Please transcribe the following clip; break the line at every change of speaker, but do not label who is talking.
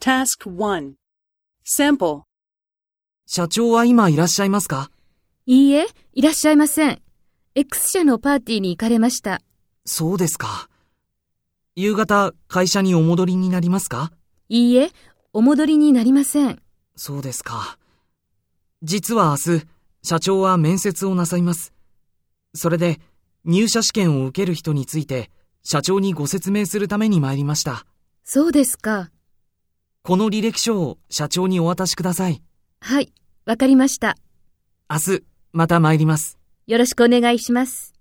Task 1. Sample.
社長は今いらっしゃいますか
いいえ、いらっしゃいません。X 社のパーティーに行かれました。
そうですか。夕方、会社にお戻りになりますか
いいえ、お戻りになりません。
そうですか。実は明日、社長は面接をなさいます。それで、入社試験を受ける人について、社長にご説明するために参りました。
そうですか。
この履歴書を社長にお渡しください。
はい、わかりました。
明日、また参ります。
よろしくお願いします。